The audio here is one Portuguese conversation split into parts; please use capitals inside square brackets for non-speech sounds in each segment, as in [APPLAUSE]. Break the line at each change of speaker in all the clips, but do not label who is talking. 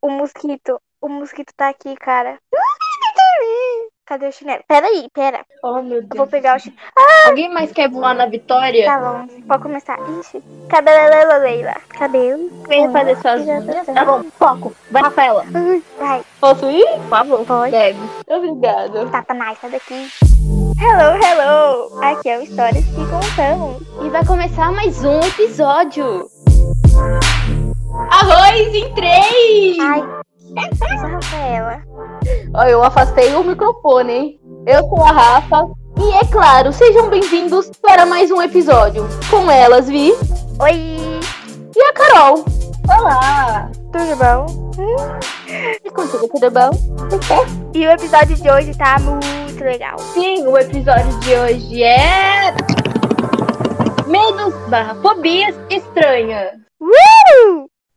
O mosquito. O mosquito tá aqui, cara. O mosquito tá ali. Cadê o chinelo? Peraí, pera.
Oh, meu Deus.
Eu vou pegar o chinelo.
Alguém mais quer voar na vitória?
Tá longe. Pode começar. Ixi. Cabelo, Leila. Cabelo.
Vem fazer suas
Já
unhas.
tá.
Tá bom, foco. Vai, Rafaela.
Hum, Vai.
Posso ir? Por favor.
Pode.
Deve. Obrigada.
Tapa nice, sai daqui. Hello, hello. Aqui é o Histórias que Contamos.
E vai começar mais um episódio. Arroz em três!
Ai. Só Rafaela.
Ó, eu afastei o microfone, hein? Eu sou a Rafa. E é claro, sejam bem-vindos para mais um episódio. Com elas, Vi
Oi.
e a Carol.
Olá.
Tudo bom?
E contigo, tudo bom?
E o episódio de hoje tá muito legal.
Sim, o episódio de hoje é... Medos barra fobias estranhas.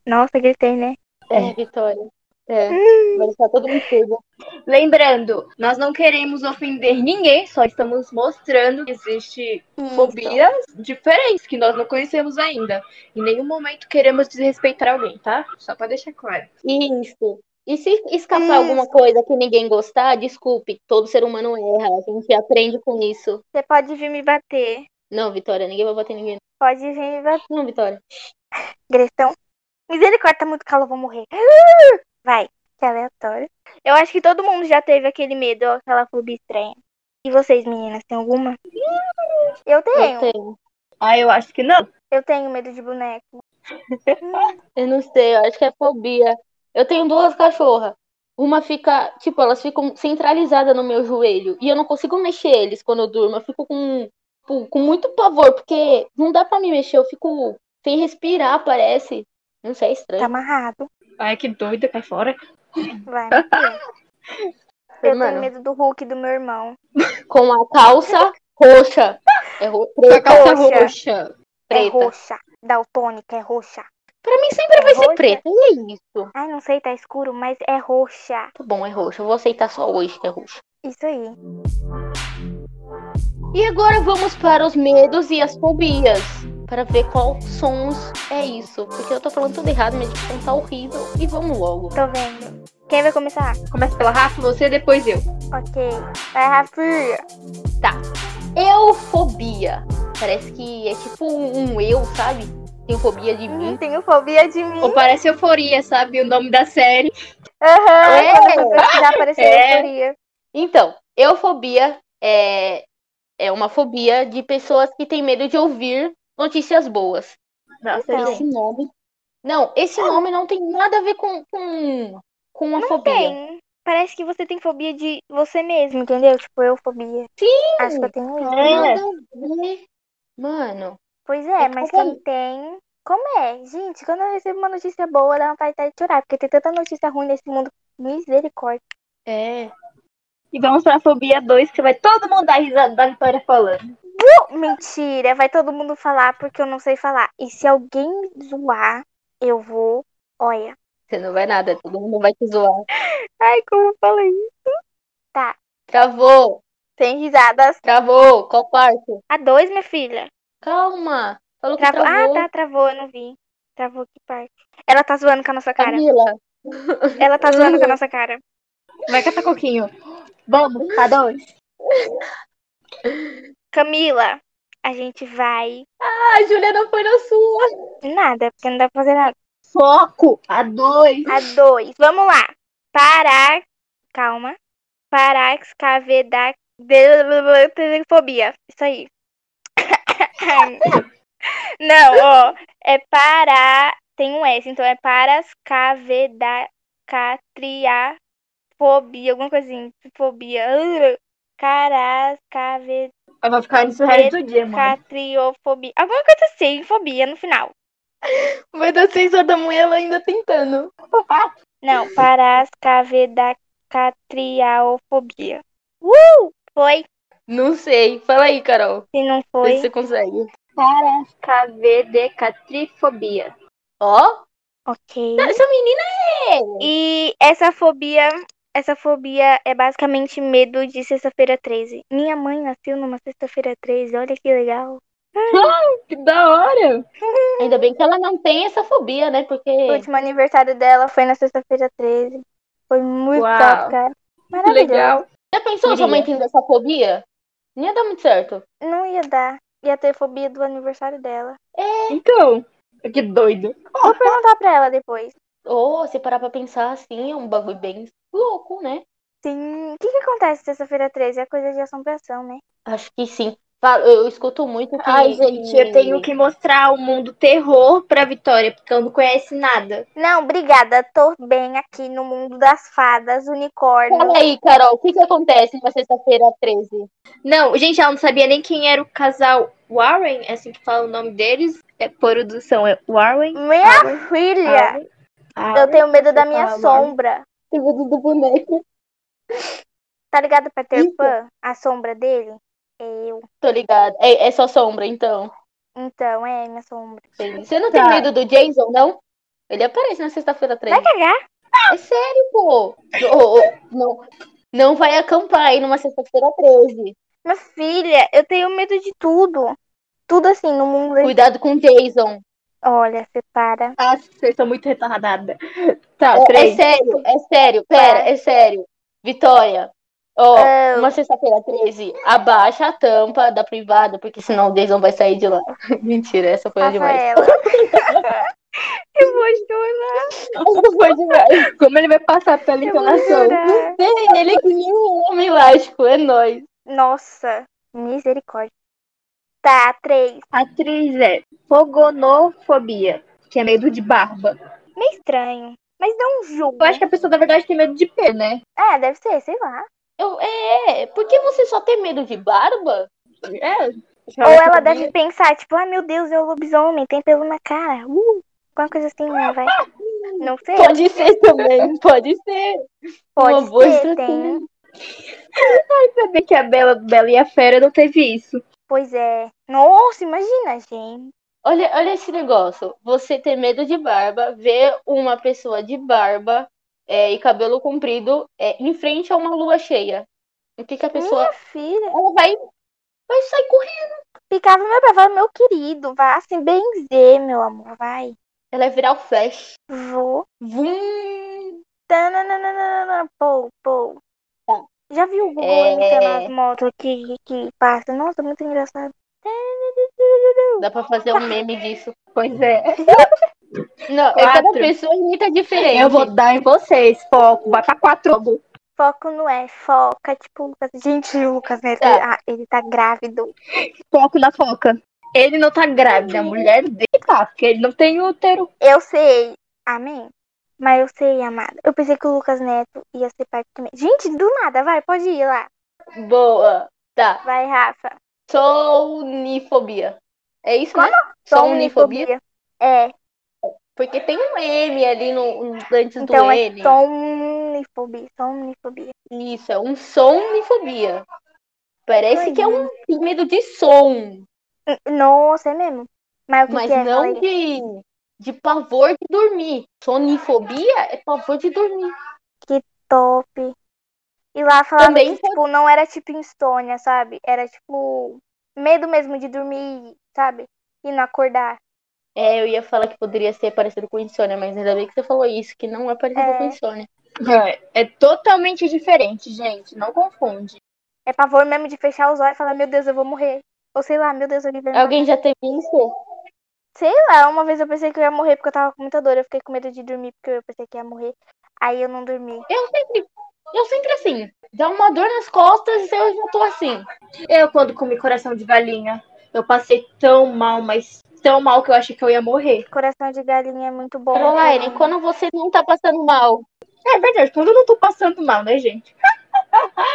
Nossa, gritei, né?
É,
Vitória. É, vai estar todo mundo cedo.
Hum. Lembrando, nós não queremos ofender ninguém, só estamos mostrando que existe
Então.
fobias diferentes que nós não conhecemos ainda. Em nenhum momento queremos desrespeitar alguém, tá? Só pra deixar claro. Hum.
Isso. E se escapar
Isso.
alguma coisa que ninguém gostar, desculpe, todo ser humano erra. A gente aprende com isso.
Você pode vir me bater.
Não, Vitória, ninguém vai bater em ninguém.
Pode vir me bater.
Não, Vitória.
Agressão. Misericórdia, tá muito calor, eu vou morrer. [LAUGHS] Vai, que aleatório. Eu acho que todo mundo já teve aquele medo, ou aquela fobia estranha. E vocês, meninas, tem alguma? Eu
Eu
tenho.
tenho.
Ah, eu acho que não.
Eu tenho medo de boneco.
Eu não sei, eu acho que é fobia. Eu tenho duas cachorras. Uma fica, tipo, elas ficam centralizadas no meu joelho. E eu não consigo mexer eles quando eu durmo. Eu fico com, com, com muito pavor, porque não dá pra me mexer. Eu fico sem respirar, parece. Não sei, é
Tá
estranho.
amarrado.
Ai, que doida, cai fora.
Vai. Eu tenho
Mano.
medo do Hulk do meu irmão.
Com a calça roxa. É ro preta,
calça roxa.
roxa.
É
Preta.
roxa. Daltônica, é roxa.
Pra mim sempre vai
roxa?
ser preta. E é isso.
Ai, não sei, tá escuro, mas é roxa.
Tá bom, é roxa. Eu vou aceitar só hoje, que é roxa.
Isso aí.
E agora vamos para os medos e as fobias. Para ver qual sons é isso. Porque eu tô falando tudo errado, minha dicção tá horrível. E vamos logo.
Tô vendo. Quem vai começar?
Começa pela Rafa, você, depois eu.
Ok. Vai, Rafinha.
Eufobia. Parece que é tipo um um eu, sabe? Tenho fobia de
Hum,
mim.
tenho fobia de mim.
Ou parece euforia, sabe? O nome da série.
Aham,
É.
quando eu pesquisar apareceu
É.
euforia.
Então, eufobia é, é uma fobia de pessoas que têm medo de ouvir notícias boas.
Nossa,
Então.
gente.
Esse nome. Não, esse nome não tem nada a ver com, com, com a fobia.
Tem. Parece que você tem fobia de você mesmo, entendeu? Tipo, eufobia. Sim! Acho que eu tenho isso.
É.
Nada a ver. Mano.
Pois é,
Eu
mas
também.
quem tem. Como é? Gente, quando eu recebo uma notícia boa, dá vontade de chorar, porque tem tanta notícia ruim nesse mundo. Misericórdia.
É.
E vamos pra fobia 2, que vai todo mundo dar risada da Vitória falando.
Oh, mentira, vai todo mundo falar porque eu não sei falar. E se alguém me zoar, eu vou. Olha.
Você não vai nada, todo mundo vai te zoar.
Ai, como eu falei.
Travou,
Sem risadas.
travou, qual parte?
A dois, minha filha.
Calma. Falou que
Travou. Ah,
travou.
tá, travou, eu não vi. Travou que parte. Ela tá zoando com a nossa cara.
Camila.
Ela tá zoando com a nossa cara.
Vai catar coquinho. Vamos, cada um.
Camila, a gente vai.
Ah, a Júlia não foi na sua.
Nada, porque não dá pra fazer nada.
Foco, a 2.
A dois. Vamos lá. Parar. Calma. Parax, caveda. Fobia. Isso aí. [COUGHS] Não, ó. É parar. Tem um S, então é paras, caveda. Catria. Fobia. Alguma coisinha. Fobia. Caras, caveda.
Ela vai ficar nisso o resto do dia, mano.
Catriofobia. Alguma coisa assim, fobia no final.
Vai dar seis horas da manhã ela ainda tentando.
Não, parascavedacatriaofobia. Uh! Foi?
Não sei. Fala aí, Carol.
Se não
Vê se
foi.
você consegue.
KVD catrifobia.
Ó,
Ok.
essa menina é.
E essa fobia. Essa fobia é basicamente medo de sexta-feira 13. Minha mãe nasceu numa sexta-feira 13, olha que legal.
Que da hora!
[LAUGHS] Ainda bem que ela não tem essa fobia, né? Porque.
É.
O último aniversário dela foi na sexta-feira 13. Foi muito
Uau.
top, cara.
Que
Maravilhoso.
legal.
tá Já pensou sua mãe tendo essa fobia? Não ia dar muito certo.
Não ia dar. Ia ter fobia do aniversário dela.
Então, que doido.
Vou perguntar pra ela depois.
Ou se parar pra pensar assim, é um bagulho bem louco, né?
Sim. O que, que acontece sexta-feira 13? É coisa de assombração, né?
Acho que sim. Fa- Eu escuto muito que.
Ai, gente, eu tenho que mostrar o mundo terror pra Vitória, porque ela não conhece nada.
Não, obrigada. Tô bem aqui no mundo das fadas, unicórnio.
Fala aí, Carol, o que, que acontece na sexta-feira 13?
Não, gente, ela não sabia nem quem era o casal Warren, é assim que fala o nome deles. É produção, é Warren. Ah,
Minha filha, eu tenho medo da
você
minha
fala,
sombra.
Tem medo do boneco.
Tá ligado, Peter
Isso.
Pan? A sombra dele? É eu.
Tô ligada. É, é só sombra, então.
Então, é minha sombra.
Entendi. Você não tem
Tá.
medo do Jason, não? Ele aparece na sexta-feira 13.
Vai cagar?
É sério, pô. Ô, ô, não, não vai acampar aí numa sexta-feira 13.
Minha filha, eu tenho medo de tudo. Tudo assim, no mundo.
Cuidado com o Jason.
Olha, você para.
Ah, vocês são muito retardadas. Tá,
É- é,
três.
sério, é sério. Pera, é sério. Vitória. Ó,
É.
uma sexta-feira 13, abaixa a tampa da privada, porque senão o Jason vai sair de lá. [LAUGHS] Mentira, essa foi a demais.
Rafaela. eu vou chorar.
[LAUGHS]
Essa foi demais.
[LAUGHS] Como ele vai passar pela
Eu vou
entonação?
chorar.
Tem, ele é que nem um homem elástico, é nóis.
Nossa, misericórdia. Tá, três.
Atriz é fogonofobia, que é medo de barba.
Meio estranho. Mas não julgo.
Eu acho que a pessoa, na verdade, tem medo de pé, né?
É, deve ser, sei lá.
Eu, é, por que você só tem medo de barba?
É.
Ou ela deve pensar, tipo, ai meu Deus, é o lobisomem, tem pelo na cara. Uh, alguma coisa assim, né, vai. Não sei,
Pode
[LAUGHS]
ser também, pode ser.
pode
uma boa
ser,
estratégia.
tem.
saber que a Bela, Bela e a Fera não teve isso.
Pois é. Nossa, imagina, gente.
Olha, olha esse negócio. Você ter medo de barba, ver uma pessoa de barba é, e cabelo comprido é, em frente a uma lua cheia. O que que
Hum,
a pessoa.
Minha filha.
Ela vai, vai sair correndo.
Picava meu pé, falava, meu querido, vá se benzer, meu amor, vai.
Ela vai virar o flash.
Vou.
Vum!
Tananana, Pou, pou.
Tá.
Já viu o Google
É.
imitando as motos que, que passa? Nossa, muito engraçado.
Dá pra fazer um meme disso.
Pois é.
Não, é
Quatro.
cada pessoa imita diferente.
Eu vou dar em vocês, foco. Vai pra quatro.
Foco não é, foca, tipo, o Lucas. Gente, o Lucas, né?
Tá.
Ah, ele tá grávido.
Foco na foca. Ele não tá grávida, a mulher dele tá, porque ele não tem útero.
Eu sei. Amém? Mas eu sei, amada. Eu pensei que o Lucas Neto ia ser parte também. Gente, do nada, vai, pode ir lá.
Boa. Tá.
Vai, Rafa.
Sonifobia. É isso, né? Sonifobia?
Sonifobia. É,
Porque tem um M ali no, no- antes
então
do
é
N.
somnifobia. Somnifobia.
Isso, é um sonifobia. Parece
Ai,
que é um medo de som,
Nossa, é mesmo? Mas o que,
mas
que é? Fala aí.
não de, de pavor de dormir. Sonifobia é pavor de dormir.
top. E lá falava
Também
que, tipo, não era tipo insônia, sabe? Era tipo medo mesmo de dormir, sabe? E não acordar.
É, eu ia falar que poderia ser parecido com insônia, mas ainda bem que você falou isso, que não é parecido
É.
com insônia.
É, é totalmente diferente, gente. Não confunde.
É pavor mesmo de fechar os olhos e falar, meu Deus, eu vou morrer. Ou sei lá, meu Deus, eu vou
Alguém já teve isso?
Sei lá, uma vez eu pensei que eu ia morrer porque eu tava com muita dor. Eu fiquei com medo de dormir porque eu pensei que ia morrer. Aí eu não dormi.
Eu sempre, eu sempre assim, dá uma dor nas costas e eu já tô assim.
Eu, quando comi coração de galinha, eu passei tão mal, mas tão mal que eu achei que eu ia morrer.
Coração de galinha é muito bom.
Caroline, quando você não tá passando mal,
É verdade, quando eu não tô passando mal, né, gente?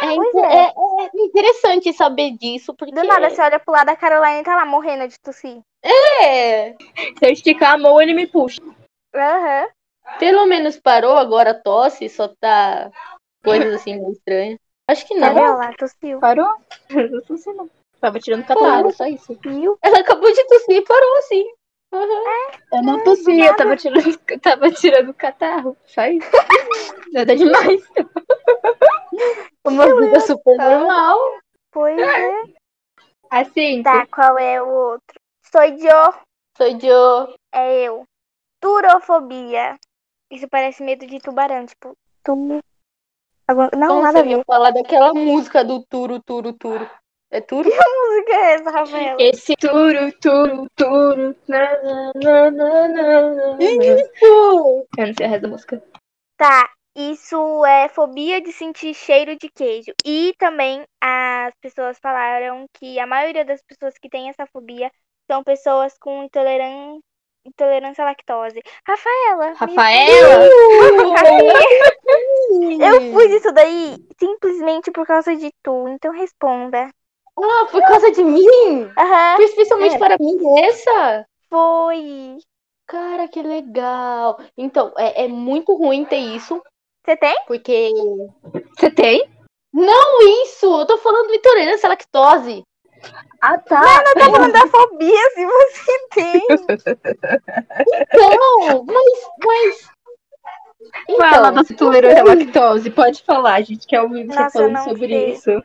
é,
Pois
inte-
é.
é- é interessante saber disso, porque...
Do nada, você olha pro lado da Caroline e tá lá morrendo de tossir.
É.
Se eu esticar a mão, ele me puxa.
Aham.
Pelo menos parou agora a tosse, só tá coisas assim meio estranhas. Acho que
Tá
não.
vendo lá, tossiu.
Parou? Não tô assim, não. Tava tirando
Parou.
catarro, só isso.
Viu?
Ela acabou de tossir e parou assim.
É,
Eu não tossia, eu tava tirando, tava tirando catarro, só
[LAUGHS]
isso. Nada demais.
[LAUGHS]
Uma vida super
só.
normal.
Pois é.
Assim,
Tá, qual é o outro? Sou yo,
Sou eu.
é eu. Turofobia. Isso parece medo de tubarão, tipo, tu. Alguma- Não,
Como
nada a
você
ver.
viu falar daquela música do Turo, Turo, Turo? É Turo?
Que música é essa,
[LAUGHS]
Rafaela?
Esse turu, turu, turu. na, na, na, na, na, na.
Isso!
Eu não sei a resto da música.
Tá, isso é fobia de sentir cheiro de queijo. E também as pessoas falaram que a maioria das pessoas que tem essa fobia são pessoas com intoleran... intolerância à lactose. Rafaela! me-
Rafaela?
[LAUGHS] Eu fui disso daí simplesmente por causa de tu, então responda.
Ah, por causa de mim?
Aham,
Foi especialmente
É.
para mim essa?
foi.
Cara, que legal. Então, é, é muito ruim ter isso,
Você tem?
porque.
Você tem?
Não isso! Eu tô falando de intolerância à lactose.
Ah, tá.
Eu tô falando da fobia, se você tem.
Não, mas. mas...
Fala
Então,
da intolerância à é lactose. Pode falar, gente quer ouvir você
Nossa,
falando
não
sobre
sei.
isso.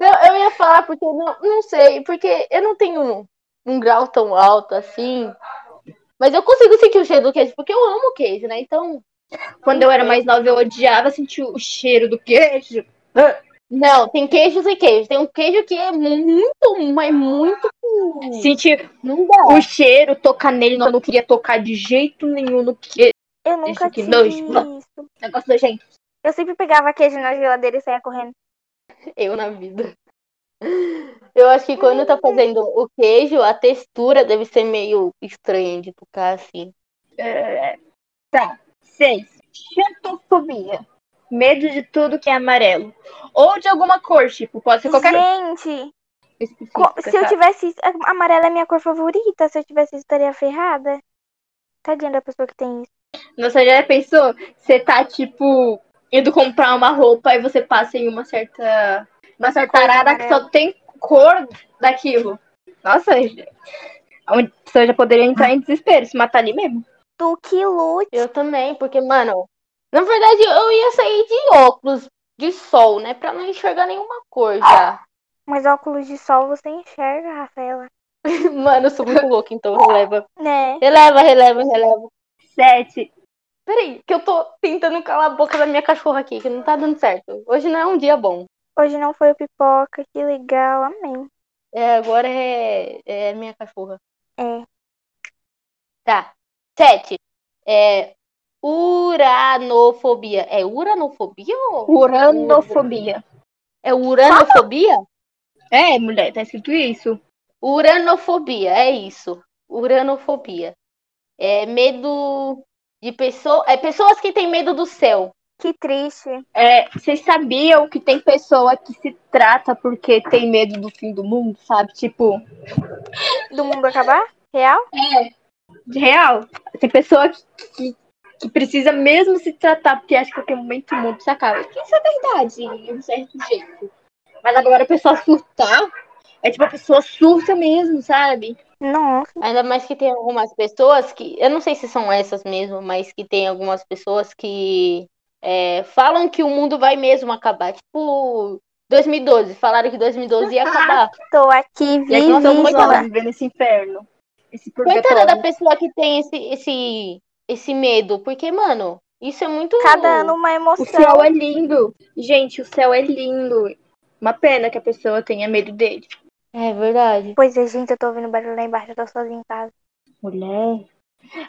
não, eu ia falar porque não, não sei, porque eu não tenho um grau tão alto assim. Mas eu consigo sentir o cheiro do queijo, porque eu amo queijo, né? Então.
Quando eu era mais nova, eu odiava sentir o cheiro do queijo.
Não, tem queijos e queijos. Tem um queijo que é muito, mas muito.
Hum. Sentir
Não dá.
o cheiro, tocar nele, não, eu não queria tocar de jeito nenhum no queijo.
Eu nunca
que
tive
nojo.
isso.
Negócio da gente.
Eu sempre pegava queijo na geladeira e saía correndo.
Eu na vida. Eu acho que quando tá fazendo o queijo, a textura deve ser meio estranha de tocar assim.
É, Tá. Seis. Xantofobia. Medo de tudo que é amarelo. Ou de alguma cor, tipo, pode ser qualquer cor.
Gente, co- se
tá-
eu tivesse isso, a- amarelo é minha cor favorita. Se eu tivesse isso, estaria ferrada. Tadinha da pessoa que tem isso.
Nossa, já pensou? Você tá, tipo, indo comprar uma roupa e você passa em uma certa. Uma certa
Cor
arara que só tem cor daquilo. Nossa, a pessoa já poderia entrar em desespero, se matar ali mesmo.
Tu que lute.
Eu também, porque, mano, na verdade eu ia sair de óculos de sol, né? Pra não enxergar nenhuma cor já.
Mas óculos de sol você enxerga, Rafaela.
[LAUGHS] Mano, eu sou muito louca, então releva.
Né?
Releva, releva, releva.
Sete.
Peraí, que eu tô tentando calar a boca da minha cachorra aqui, que não tá dando certo. Hoje não é um dia bom.
Hoje não foi o pipoca. Que legal. Amém.
É, agora é, é minha cachorra.
É.
Tá. Sete. É uranofobia. É uranofobia ou
Uranofobia.
é uranofobia?
É, mulher, tá escrito isso.
Uranofobia, é isso. Uranofobia. É medo de pessoas. É pessoas que têm medo do céu.
Que triste.
É, vocês sabiam que tem pessoa que se trata porque tem medo do fim do mundo, sabe? Tipo,
Do mundo acabar? Real?
de real. Tem pessoa que, que, que precisa mesmo se tratar porque acha que a qualquer momento o mundo se acaba. Que Isso é verdade, de um certo jeito. Mas agora a pessoa surtar é tipo a pessoa surta mesmo, sabe?
Nossa.
Ainda mais que tem algumas pessoas que. Eu não sei se são essas mesmo, mas que tem algumas pessoas que é, falam que o mundo vai mesmo acabar. Tipo, 2012. Falaram que 2012 ia acabar.
[LAUGHS] Tô aqui
E aí nós
vivíssima.
vamos lá viver nesse tá inferno. Esse
Coitada da
purgatório.
pessoa que tem esse, esse, esse medo, porque, mano, isso é muito.
Cada ano uma
O
emoção.
céu é lindo. Gente, o céu é lindo. Uma pena que a pessoa tenha medo dele.
É verdade.
Pois é, gente, eu tô ouvindo barulho lá embaixo. Eu tô sozinha em casa.
Mulher.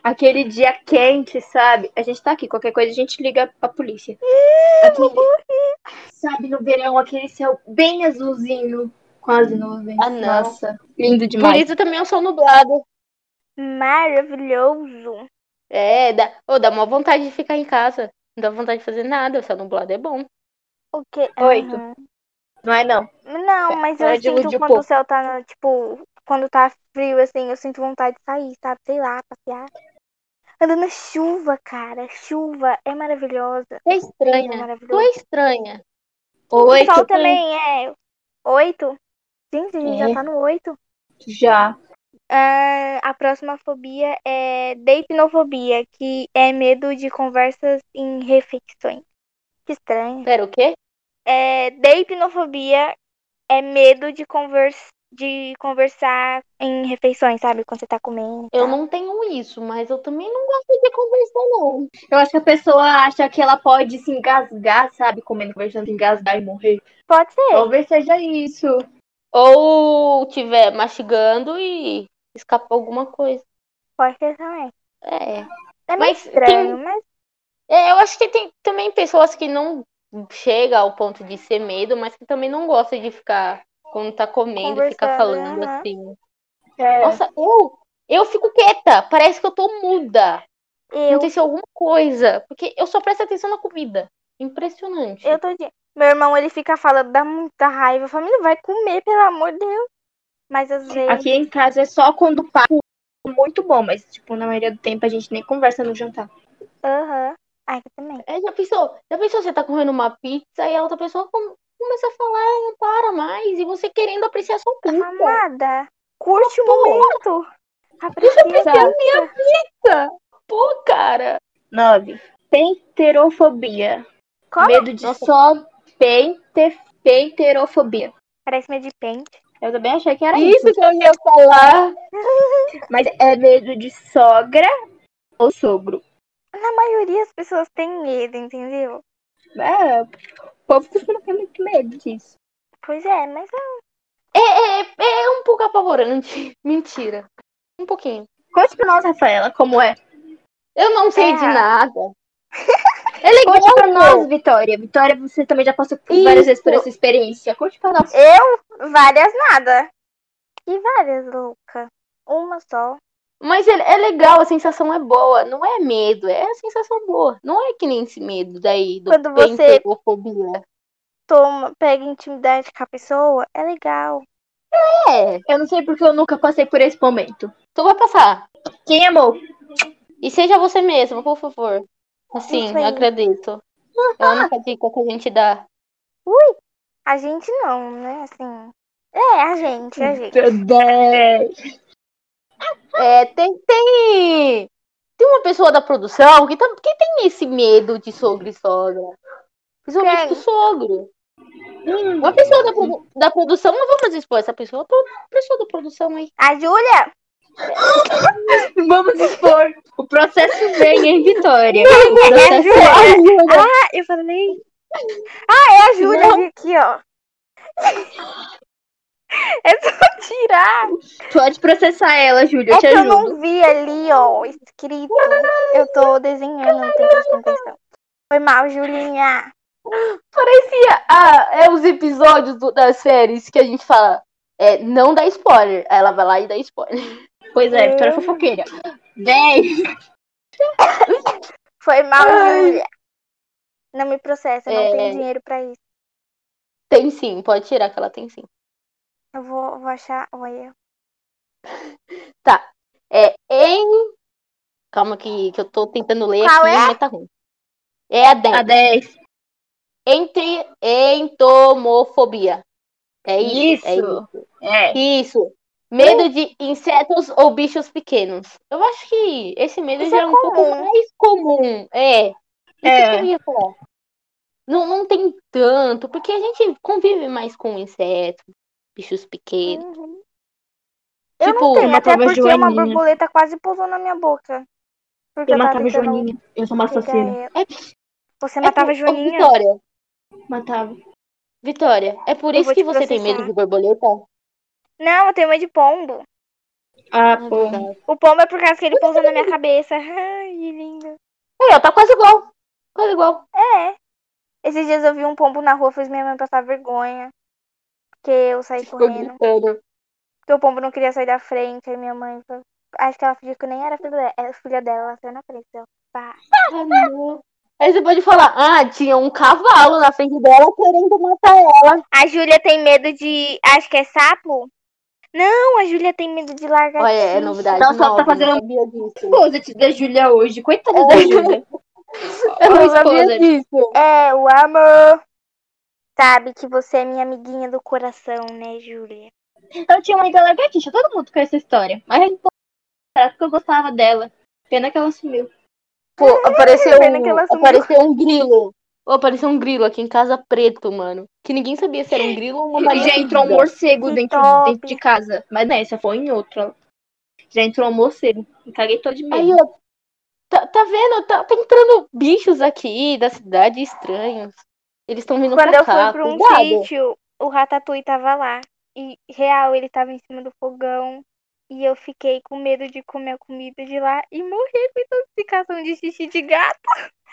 Aquele dia quente, sabe? A gente tá aqui, qualquer coisa a gente liga pra polícia. Aquele, sabe, no verão, aquele céu bem azulzinho, quase nuvens.
Ah, não.
Nossa, lindo
Por
demais.
isso também eu sou nublado.
Maravilhoso.
É, dá, ô, dá uma vontade de ficar em casa. Não dá vontade de fazer nada, o céu nublado é bom.
O quê?
Oito.
Uhum.
Não é não.
Não, mas eu
Ela
sinto
diludiu um
quando
pouco.
o céu tá, no- tipo, quando tá frio, assim, eu sinto vontade de sair, sabe? Sei lá, passear. Andando na chuva, cara. Chuva é maravilhosa.
Tô
É
estranha. Tô
maravilhosa.
estranha.
o sol
Oito
também é oito. Gente, a gente
É.
já tá no oito.
já.
Ah, a próxima fobia é deipnofobia, que é medo de conversas em refeições. Que estranho.
Pera, o quê?
É, deipnofobia é medo de conversar de conversar em refeições, sabe? Quando você tá comendo. e
Eu
tal.
não tenho isso, mas eu também não gosto de conversar, não.
Eu acho que a pessoa acha que ela pode se engasgar, sabe? Comendo, conversando, se engasgar e morrer.
Pode
É.
ser.
Talvez seja isso.
Ou tiver mastigando e escapar alguma coisa.
Pode ser também.
É.
É meio
Mas
estranho, mas
É, eu acho que tem também pessoas que não chega ao ponto de ser medo, mas que também não gosta de ficar quando tá comendo,
Conversando,
ficar falando
aham.
assim.
É.
Nossa, eu eu fico quieta, parece que eu tô muda.
eu,
Aconteceu alguma coisa, porque eu só presto atenção na comida. Impressionante.
eu tô de... Meu irmão, ele fica falando, dá muita raiva. Eu falo, "Menino, vai comer, pelo amor de Deus. Mas às vezes.
Aqui em casa é só quando o papo é muito bom, mas, tipo, na maioria do tempo a gente nem conversa no jantar.
Aham. Aqui também. tá
É, já pensou? Já pensou você tá comendo uma pizza e a outra pessoa com- começa a falar, ela não para mais, e você querendo apreciar sua pizza.
Amada, curte o momento. Tá
é
Aprecia.
Sabe?
Pô, cara.
9. Penterofobia.
Como?
Medo de só pente... penterofobia.
Parece medo de pente.
Eu também achei que era isso.
Isso que eu ia
[LAUGHS]
falar.
Mas é medo de sogra ou sogro.
Na maioria as pessoas têm medo, entendeu?
É, o povo costuma ter muito medo disso.
Pois é, mas
É, é, é um pouco apavorante. [LAUGHS] Mentira. Um pouquinho.
Conte pra nós, Rafaela, como é.
Eu não sei
É. [LAUGHS]
de nada. É legal.
Conte pra nós, Vitória. Vitória, você também já passou por várias vezes por essa experiência. Conte pra nós.
Eu? Várias nada. E várias, Luca. Uma só.
Mas é, é legal, a sensação é boa. Não é medo, é a sensação boa. Não é que nem esse medo daí do
Quando você-
penterofobia.
Toma, pega intimidade com a pessoa. É legal.
É,
Eu não sei porque eu nunca passei por esse momento.
tu vai passar.
Quem é amou?
E seja você mesma, por favor. Assim,
Isso aí.
agradeço. É a única dica que a gente dá.
A gente não, né? Assim. É, a gente, a gente.
Meu Deus.
É, tem, tem. Tem uma pessoa da produção que, tam- que tem esse medo de sogro e sogra. Principalmente
Tem.
do sogro. Uma pessoa da, produ- da produção, não vamos expor essa pessoa, pro- pessoa da produção aí.
A Júlia?
Vamos expor. O processo
[LAUGHS]
vem, hein, Vitória? O
É a
processo
Júlia.
vem.
Ah, eu falei. [LAUGHS] Ah, é a Júlia aqui, ó. [LAUGHS] É só tirar.
Pode processar ela, Júlia. Eu
É
te
que eu
ajudo.
não vi ali, ó, escrito. Eu tô desenhando, não tem atenção. Foi mal, Julinha.
Parecia ah, é os episódios do- das séries que a gente fala, é, não dá spoiler. Aí ela vai lá e dá spoiler.
Pois é, Vitória fofoqueira. Vem.
Foi mal,
Ai.
Júlia. Não me processa, eu não
É.
tenho dinheiro pra isso.
Tem sim, pode tirar que ela tem sim.
Eu vou, vou achar. Olha.
É em. Calma que, que eu tô tentando ler
Qual
aqui,
é?
mas tá ruim. É a 10.
A 10.
Entre entomofobia. É isso, é
Isso.
isso.
É.
Isso. Medo de insetos ou bichos pequenos. Eu acho que esse medo
Isso
já
é
é um pouco
comum.
mais comum. É. Isso
É.
que eu ia falar. Não, não tem tanto, porque a gente convive mais com insetos, bichos pequenos.
Uhum. Eu não
Tipo,
tenho,
uma
até
tava
porque uma
joaninha.
borboleta quase pousou na minha boca. Porque
Eu
eu tava
matava a
tentando
Joaninha. Eu sou uma
pegar
assassina.
ela.
É-
Você
É
matava a
por- Ô,
Joaninha?
Vitória,
Matava.
Vitória, é por
Eu
isso
vou
que
te
você tem medo
processar.
de borboleta?
Não, eu tenho medo de pombo.
Ah,
Ah,
pô.
verdade.
O pombo é por causa que ele pousou na minha cabeça. [LAUGHS] Ai, que lindo.
Aí, ó, tá quase igual. Quase igual.
É. Esses dias eu vi um pombo na rua, fez minha mãe passar vergonha. Porque eu saí
Ficou
correndo.
gritando.
Porque o pombo não queria sair da frente. Aí minha mãe. foi- Acho que ela fingiu que eu nem era filha dela. Era filha dela, ela saiu na frente. dela. Pá.
Tá,
Ah, não. Aí você pode falar, ah, tinha um cavalo na frente dela querendo matar ela.
A Júlia tem medo de. Acho que é sapo? Não, a Júlia tem medo de largar.
Olha, é novidade.
Nossa, ela tá
nova,
fazendo-
não sabia disso.
Exposit da Júlia hoje. Coitada da Júlia.
Eu
Olha o
não sabia
exposit.
disso.
É, o amor. Sabe que você é minha amiguinha do coração, né, Júlia?
Eu tinha uma amiga lagartixa. Todo mundo conhece essa história. Mas eu não posso falar, porque eu gostava dela. Pena que ela sumiu.
Pô, apareceu,
Pena que
um,
ela sumiu.
apareceu um grilo. Ô, apareceu um grilo aqui em casa preto, mano. Que ninguém sabia se era um grilo ou uma
E já
marinha.
entrou um morcego
Que
dentro,
top.
dentro de casa. Mas nessa foi em outra. Já entrou um morcego. Me caguei todo de
Aí,
medo.
ó. Tá, tá vendo? Tá, tá entrando bichos aqui da cidade estranhos. Eles estão vindo
Quando
pra
eu fui
cá.
pra um
cuidado.
sítio, o Ratatouille tava lá. E, real, ele tava em cima do fogão. E eu fiquei com medo de comer a comida de lá e morrer com intoxicação de xixi de gato.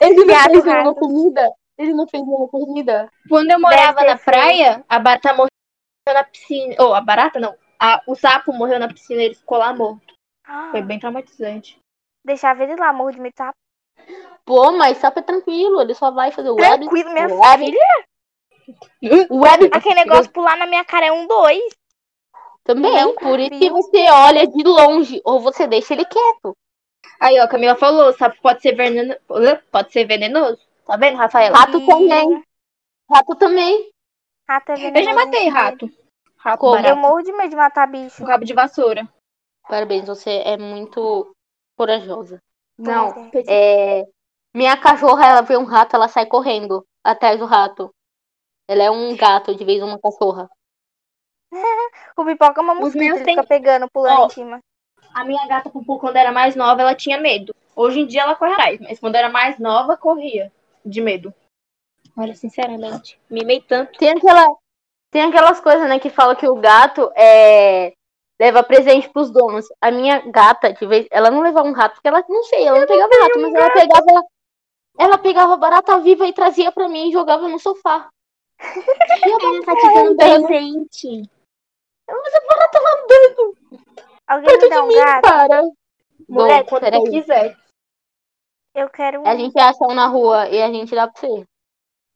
Ele não
Gato,
fez nenhuma
rato.
comida. Ele não fez nenhuma comida.
Quando eu
Deve
morava
ter
na praia, a barata morreu na piscina. Ou a barata não. A- o sapo morreu na piscina e ele ficou lá morto. Foi bem traumatizante.
Deixava ele lá, morro de medo. Tá
Pô, mas sapo é tranquilo. Ele só vai fazer o web.
tranquilo, minha
o hábito-
filha.
O web
Aquele negócio pular na minha cara é um dois.
também.
Não,
por isso
viu?
que você olha de longe. Ou você deixa ele quieto.
Aí, ó, a Camila falou, o sapo pode ser veneno... pode ser venenoso. Tá vendo, Rafaela?
Rato também. Rato também.
Rato é
Eu já
venenoso,
matei
gente.
rato. Ah, Rato
Como?
Eu
barato,
morro de medo de matar bicho.
com cabo de vassoura.
Parabéns, você é muito corajosa.
Pois é.
É, minha cachorra, ela vê um rato, ela sai correndo atrás do rato. Ela é um gato de vez uma cachorra.
O pipoca é uma
Os
mosquito,
meus
ele
tem-
fica pegando, pulando
Ó.
em cima.
A minha gata Pupu, quando era mais nova, ela tinha medo. Hoje em dia ela corre atrás, mas quando era mais nova, corria de medo. Olha, sinceramente, mimei tanto.
Tem, aquela, tem aquelas coisas, né, que falam que o gato é, leva presente pros donos. A minha gata, de vez, ela não levava um rato, porque ela, não sei, ela não pegava
um
rato, mas ela pegava... Ela pegava barata viva e trazia pra mim e jogava no
[LAUGHS]
sofá. E a tá barata
Tipo,
tava
né?
andando,
presente.
Alguém
perto
me
de
dá um
mim,
gato?
cara.
Mulher,
Bom,
quando
peraí.
tu quiser.
Eu quero um.
A gente acha um na rua e a gente dá pra você.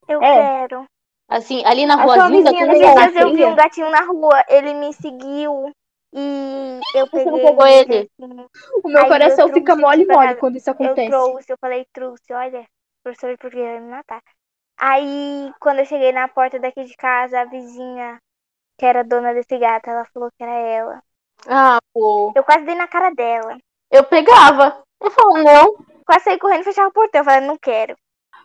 Eu
É.
quero.
Assim, ali na
Achou a
ruazinha,
vizinha
tem
da
um
gente,
Esses
lugar.
dias eu vi
queria.
um gatinho na rua, ele me seguiu e eu
Você não
peguei
pegou
e
ele?
assim,
O meu
Aí
coração
eu
fica
trouxe
mole
pra-
mole quando isso
eu
acontece.
trouxe, eu falei, trouxe, olha, o professor de português vai me matar. Aí, quando eu cheguei na porta daqui de casa, a vizinha, que era dona desse gato, ela falou que era ela.
Ah, pô.
Eu quase dei na cara dela.
Eu pegava. Eu falava, não.
Quase saí correndo e fechava o portão. Eu falei, não quero.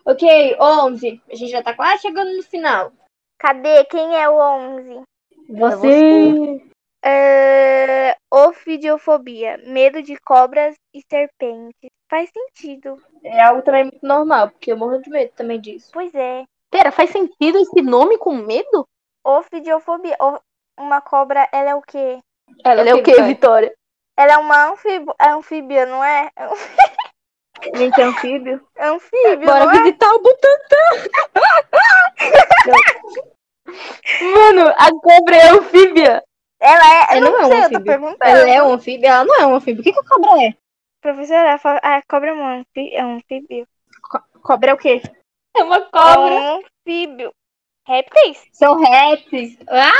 Ok, 11. A gente já tá quase chegando no final.
Cadê? Quem é o 11?
Você.
É, ofidiofobia. Medo de cobras e serpentes. Faz sentido.
É algo também muito normal, porque eu morro de medo também disso.
Pois é.
Pera, faz sentido esse nome com medo?
Ofidiofobia. O- Uma cobra, ela é o quê?
Ela é o quê, Vitória?
Ela é uma anfib... anfíbia, não é?
Gente, é anfíbio.
Anfíbio,
Bora
não é?
visitar o Butantã. [LAUGHS] Mano, a cobra é anfíbia.
Ela é. Eu não,
Ela não é um
sei, eu tô
anfíbio.
perguntando.
Ela é um anfíbio? Ela não é um anfíbio. O que, que a cobra é?
Professora, a fa- a cobra é um anfi- é um anfíbio.
Cobra é o quê?
É uma
É
cobra.
um anfíbio. Répteis?
São répteis. Ah!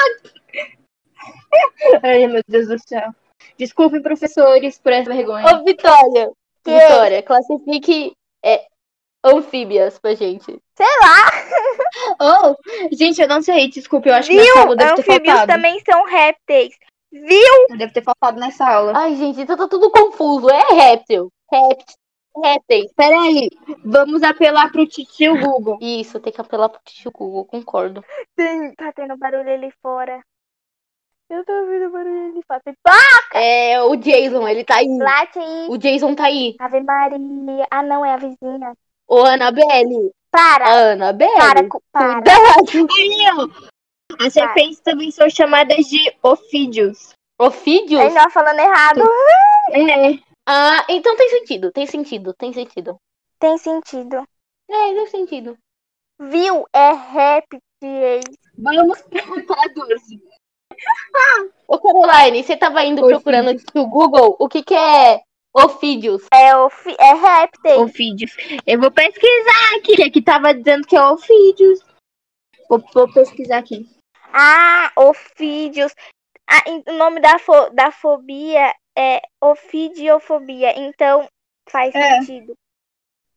Ai, meu Deus do céu. Desculpem, professores, por essa vergonha.
Ô, Vitória.
Que
Vitória, classifique é, anfíbias pra gente.
Oh, gente, eu não sei. Desculpa, eu acho que
Viu?
nessa aula deve ter
Anfíbios
faltado.
também são répteis. Viu?
Deve ter faltado nessa aula.
Ai, gente, então tá tudo confuso. É réptil. Réptil. Réptil.
Peraí, vamos apelar pro titio Google.
Isso, tem que apelar pro tio Google, concordo.
Tem- Tá tendo barulho ali fora. Eu tô ouvindo barulho ali fora.
É, o Jason, ele tá aí.
Late aí.
O Jason tá aí.
Ave Maria. Ah, não, é a vizinha.
Ô, Anabelle.
Para,
A Anabelle.
para, cu- para.
Cuidado.
As serpentes também são chamadas de ofídeos.
Aí
Ofídeos?
nós falando errado.
É.
Ah, então tem sentido, tem sentido, tem sentido.
Tem sentido.
É, tem sentido.
Viu? É répteis.
Vamos pra [LAUGHS] 12.
Ô, Caroline, você tava indo
Ofídeos.
procurando no Google o que que é ofídeos?
É, o fi- é répteis.
Ofídeos. Eu vou pesquisar aqui. que Aqui tava dizendo que é ofídeos. Vou, vou pesquisar aqui.
Ah, ofídeos. Ah, em- o nome da, fo- da fobia é ofidiofobia. Então faz
É.
sentido.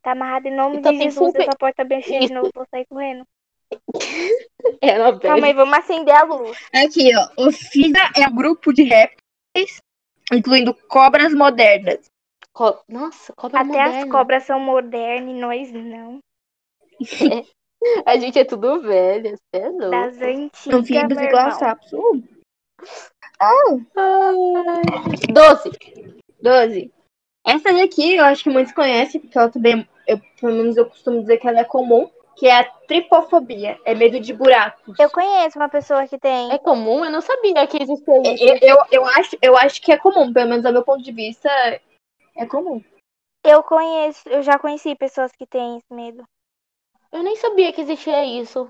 Tá amarrado em nome
Então
de
tem
Jesus.
super-
Essa porta bem cheia de
Isso.
novo. Vou sair correndo.
[LAUGHS] É,
Calma
Anabelle.
aí, vamos acender a luz.
Aqui, ó. Ofida é um grupo de répteis, incluindo cobras modernas.
Co- Nossa, cobra
Até
moderna.
as cobras são modernas e nós não.
A gente é tudo velha, você é louco.
Das antigas.
Não fibras
meu
Um igual a
irmão.
sapos. Uh. Ah,
Ai. Doce.
12. Essa daqui eu acho que muitos conhecem, porque ela também, eu, pelo menos eu costumo dizer que ela é comum, que é a tripofobia. É medo de buracos.
Eu conheço uma pessoa que tem.
É comum? Eu não sabia que existia
É,
isso.
É, Eu, eu, eu acho, eu acho que é comum, pelo menos ao meu ponto de vista, é comum.
Eu conheço, eu já conheci pessoas que têm esse medo.
Eu nem sabia que existia isso.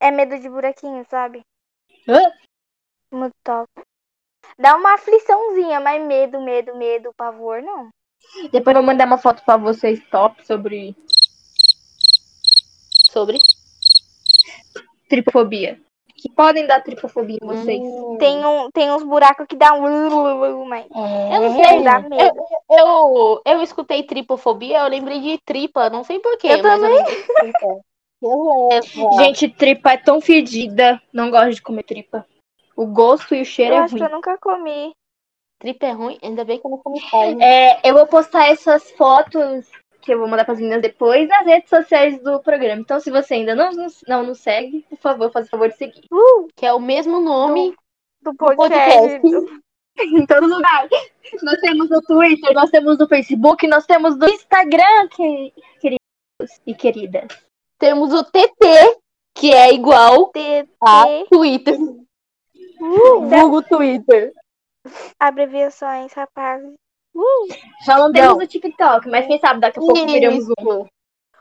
É medo de buraquinho, sabe?
Hã?
Muito top. Dá uma afliçãozinha, mas medo, medo, medo, pavor, não.
Depois eu vou mandar uma foto pra vocês top sobre
Sobre?
tripofobia. Que podem dar tripofobia em vocês.
Hum.
Tem, um, tem uns buracos que dá um. Mas
É.
Eu não
não
sei.
dá medo.
Eu, eu escutei tripofobia, eu lembrei de tripa, não é. sei porquê.
Eu também. [LAUGHS] é.
Gente,
Gente, tripa é tão fedida. Não gosto de comer tripa. O gosto e o cheiro
Eu
é
acho
ruim.
que eu nunca comi.
tripa é ruim, ainda bem que eu não comi
[LAUGHS]
carne.
É, eu vou postar essas fotos que eu vou mandar pras meninas depois nas redes sociais do programa. Então, se você ainda não, nos- não nos segue, por favor, faça o favor de seguir.
Que é o mesmo
Então
nome.
Do
podcast.
podcast. do-
[LAUGHS] Em todo lugar. Nós temos no Twitter, nós temos no Facebook, nós temos no Instagram, que- queridos e queridas.
Temos o TT, que é igual
TT.
a Twitter. Google Twitter.
Abreviações, rapazes.
Já não temos
Não.
o TikTok, mas quem sabe daqui a pouco viremos um.
Isso.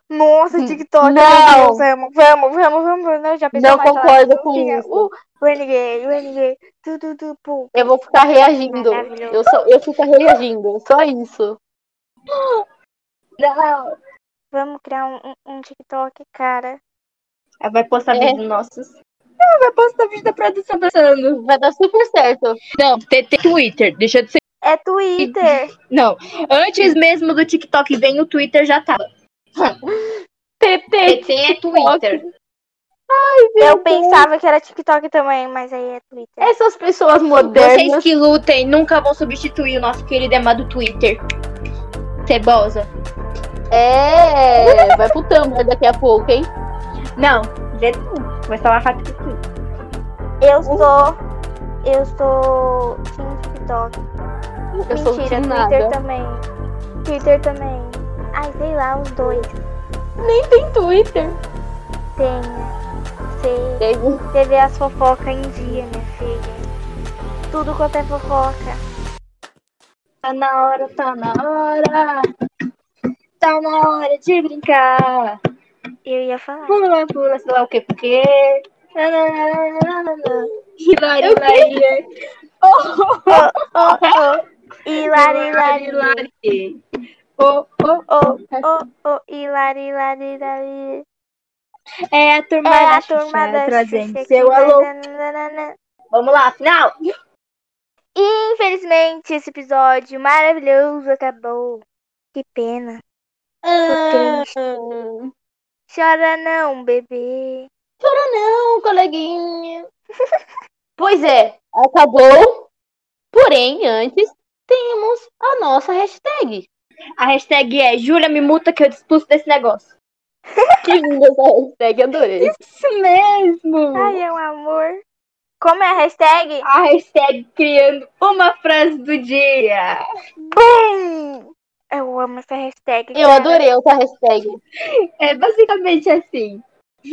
Nossa, TikTok.
Não.
meu Deus, vamos, vamos, vamos, vamos. Não, já pensou
Não
mais
concordo
falar
com
Fica-
isso.
Uh, Renegade, Renegade. Tu, tu, tu, pum.
Eu vou ficar reagindo.
Maravilhoso.
Eu, só, eu fico reagindo, só isso.
Não.
Vamos criar um, um- um TikTok, cara.
Ela vai postar
É.
vídeos nossos. Ela vai postar vídeo da produção dançando.
Vai dar super certo.
Não, TT Twitter, deixa de ser.
É
Uhum.
Twitter.
Não, antes mesmo do TikTok vem o Twitter já tava.
TT.
TT é Twitter.
Eu pensava que era TikTok também, mas aí é Twitter.
Essas pessoas
Vocês
modernas.
que lutem nunca vão substituir o nosso querido amado Twitter. Cebosa.
É, vai pro Tumblr daqui a pouco, hein?
Não, Zé tu. Vai falar rápido.
Eu
Uhum.
sou. Eu sou. Team TikTok.
Eu sou
Mentira, Twitter
de nada.
também. Twitter também. Ai, sei lá, os dois. tá-
Nem tem Twitter.
Tem. Sei.
Teve-
Teve as fofocas em dia, minha filha. Tudo quanto é fofoca.
Tá na hora, tá na hora. Tá na hora de brincar.
Eu ia falar.
Pula, pula, sei lá o que, porque. Hilari, hilari.
Oh, oh. Hilari, hilari, hilari.
hilari. Oh, oh,
Oh, oh, oh. Hilari, hilari, hilari.
É a turma
É
da
a turma
Xuxa
da
trazendo
Xuxa que
seu é
vai-
alô.
nananana.
Vamos lá, final.
Infelizmente, esse episódio maravilhoso acabou. Que pena.
Ah,
Chora não, bebê.
não, coleguinha. pois é, acabou. Porém, antes, temos a nossa hashtag.
A hashtag é Júlia me multa que eu te expulso desse negócio.
Que linda essa hashtag, adorei.
Isso mesmo.
Ai, é um amor. Como é a hashtag?
A hashtag criando uma frase do dia.
Bum! Eu amo essa hashtag.
Eu
cara.
adorei essa hashtag.
É basicamente assim.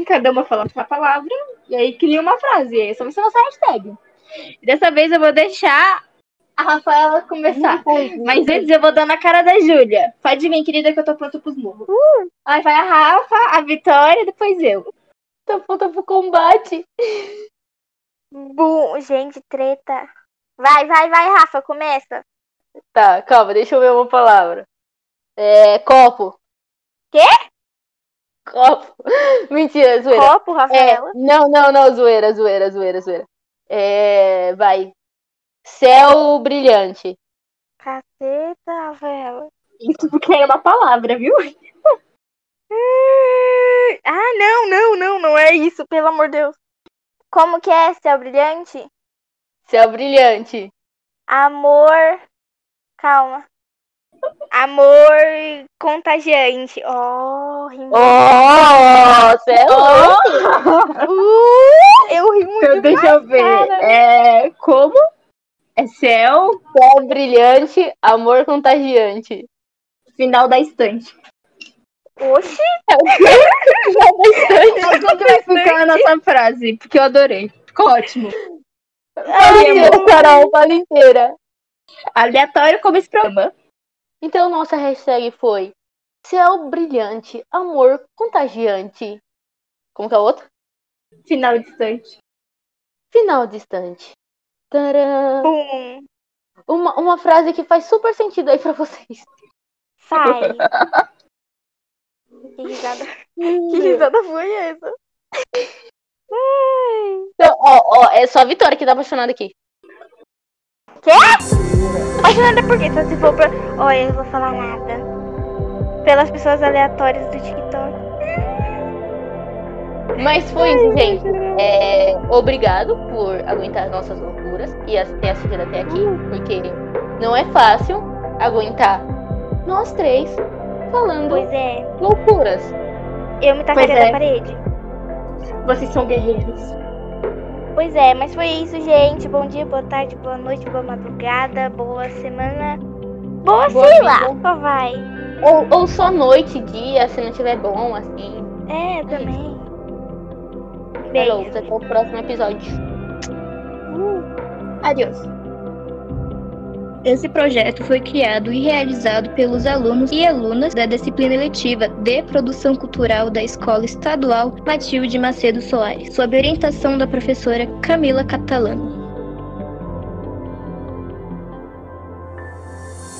Cada uma fala uma palavra e aí cria uma frase. E aí é só você lançar a hashtag. Dessa vez eu vou deixar a Rafaela começar. Mas antes eu vou dar na cara da Júlia. Pode vir, querida, que eu tô pronta pros murros. Aí vai a Rafa, a Vitória e depois eu.
Tá pronta pro combate.
Bum! Gente, treta. Vai, vai, vai, Rafa, começa.
Tá, calma, deixa eu ver uma palavra. É, copo.
Quê?
Copo. [LAUGHS] Mentira, zoeira.
Copo,
É,
Rafaela.
não, não, não, zoeira, zoeira, zoeira, zoeira. É, vai. Céu brilhante.
Caceta, Rafaela.
Isso porque era uma palavra, viu?
Ah, não, não, não, não é isso, pelo amor de Deus. Como que é, céu brilhante?
Céu brilhante.
Amor. Calma. Amor contagiante. Ó. Oh, ri muito.
Oh, você é louco.
Uh, eu ri muito.
Então, deixa eu ver.
né?
É. Como? É céu,
Céu é brilhante, amor contagiante.
final da estante.
Oxi,
Mas como que vai ficar a nossa frase? Porque eu adorei. Ficou ótimo.
Ai, meu Carol, fala inteira.
Aleatório como esse programa.
Então, nossa hashtag foi Céu brilhante, amor contagiante. Como que é a outra?
Final distante.
Final distante. Tcharam.
bum.
Uma, uma frase que faz super sentido aí pra vocês.
Sai. que risada. Que risada foi essa?
Então, ó, ó, é só a Vitória que tá apaixonada aqui.
Apaixonada por quê? Só se for pra. Olha, eu não vou falar nada. Pelas pessoas aleatórias do TikTok.
Mas foi isso, gente. É, obrigado por aguentar as nossas loucuras e as- ter assistido até aqui, porque não é fácil aguentar nós três falando
Pois é.
loucuras.
Eu me
Pois
tacaria
é.
na parede.
Vocês são guerreiros.
Pois é, mas foi isso, gente. Bom dia, boa tarde, boa noite, boa madrugada, boa semana. Boa,
Boa
sei
vida.
lá, só vai.
Ou, ou só noite, dia, se não tiver bom, assim.
É, também.
Hello,
Beijo.
até o próximo episódio.
Adeus. Esse projeto foi criado e realizado pelos alunos e alunas da disciplina eletiva de Produção Cultural da Escola Estadual Matilde Macedo Soares, sob orientação da professora Camila Catalano.